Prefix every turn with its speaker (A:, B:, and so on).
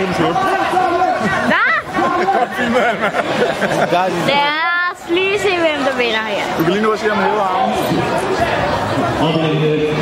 A: YouTube.
B: Hvad?
A: Guys,
B: Lad os lige se, hvem der vinder her.
A: du kan lige nu se om hæver armen.
C: Oplægget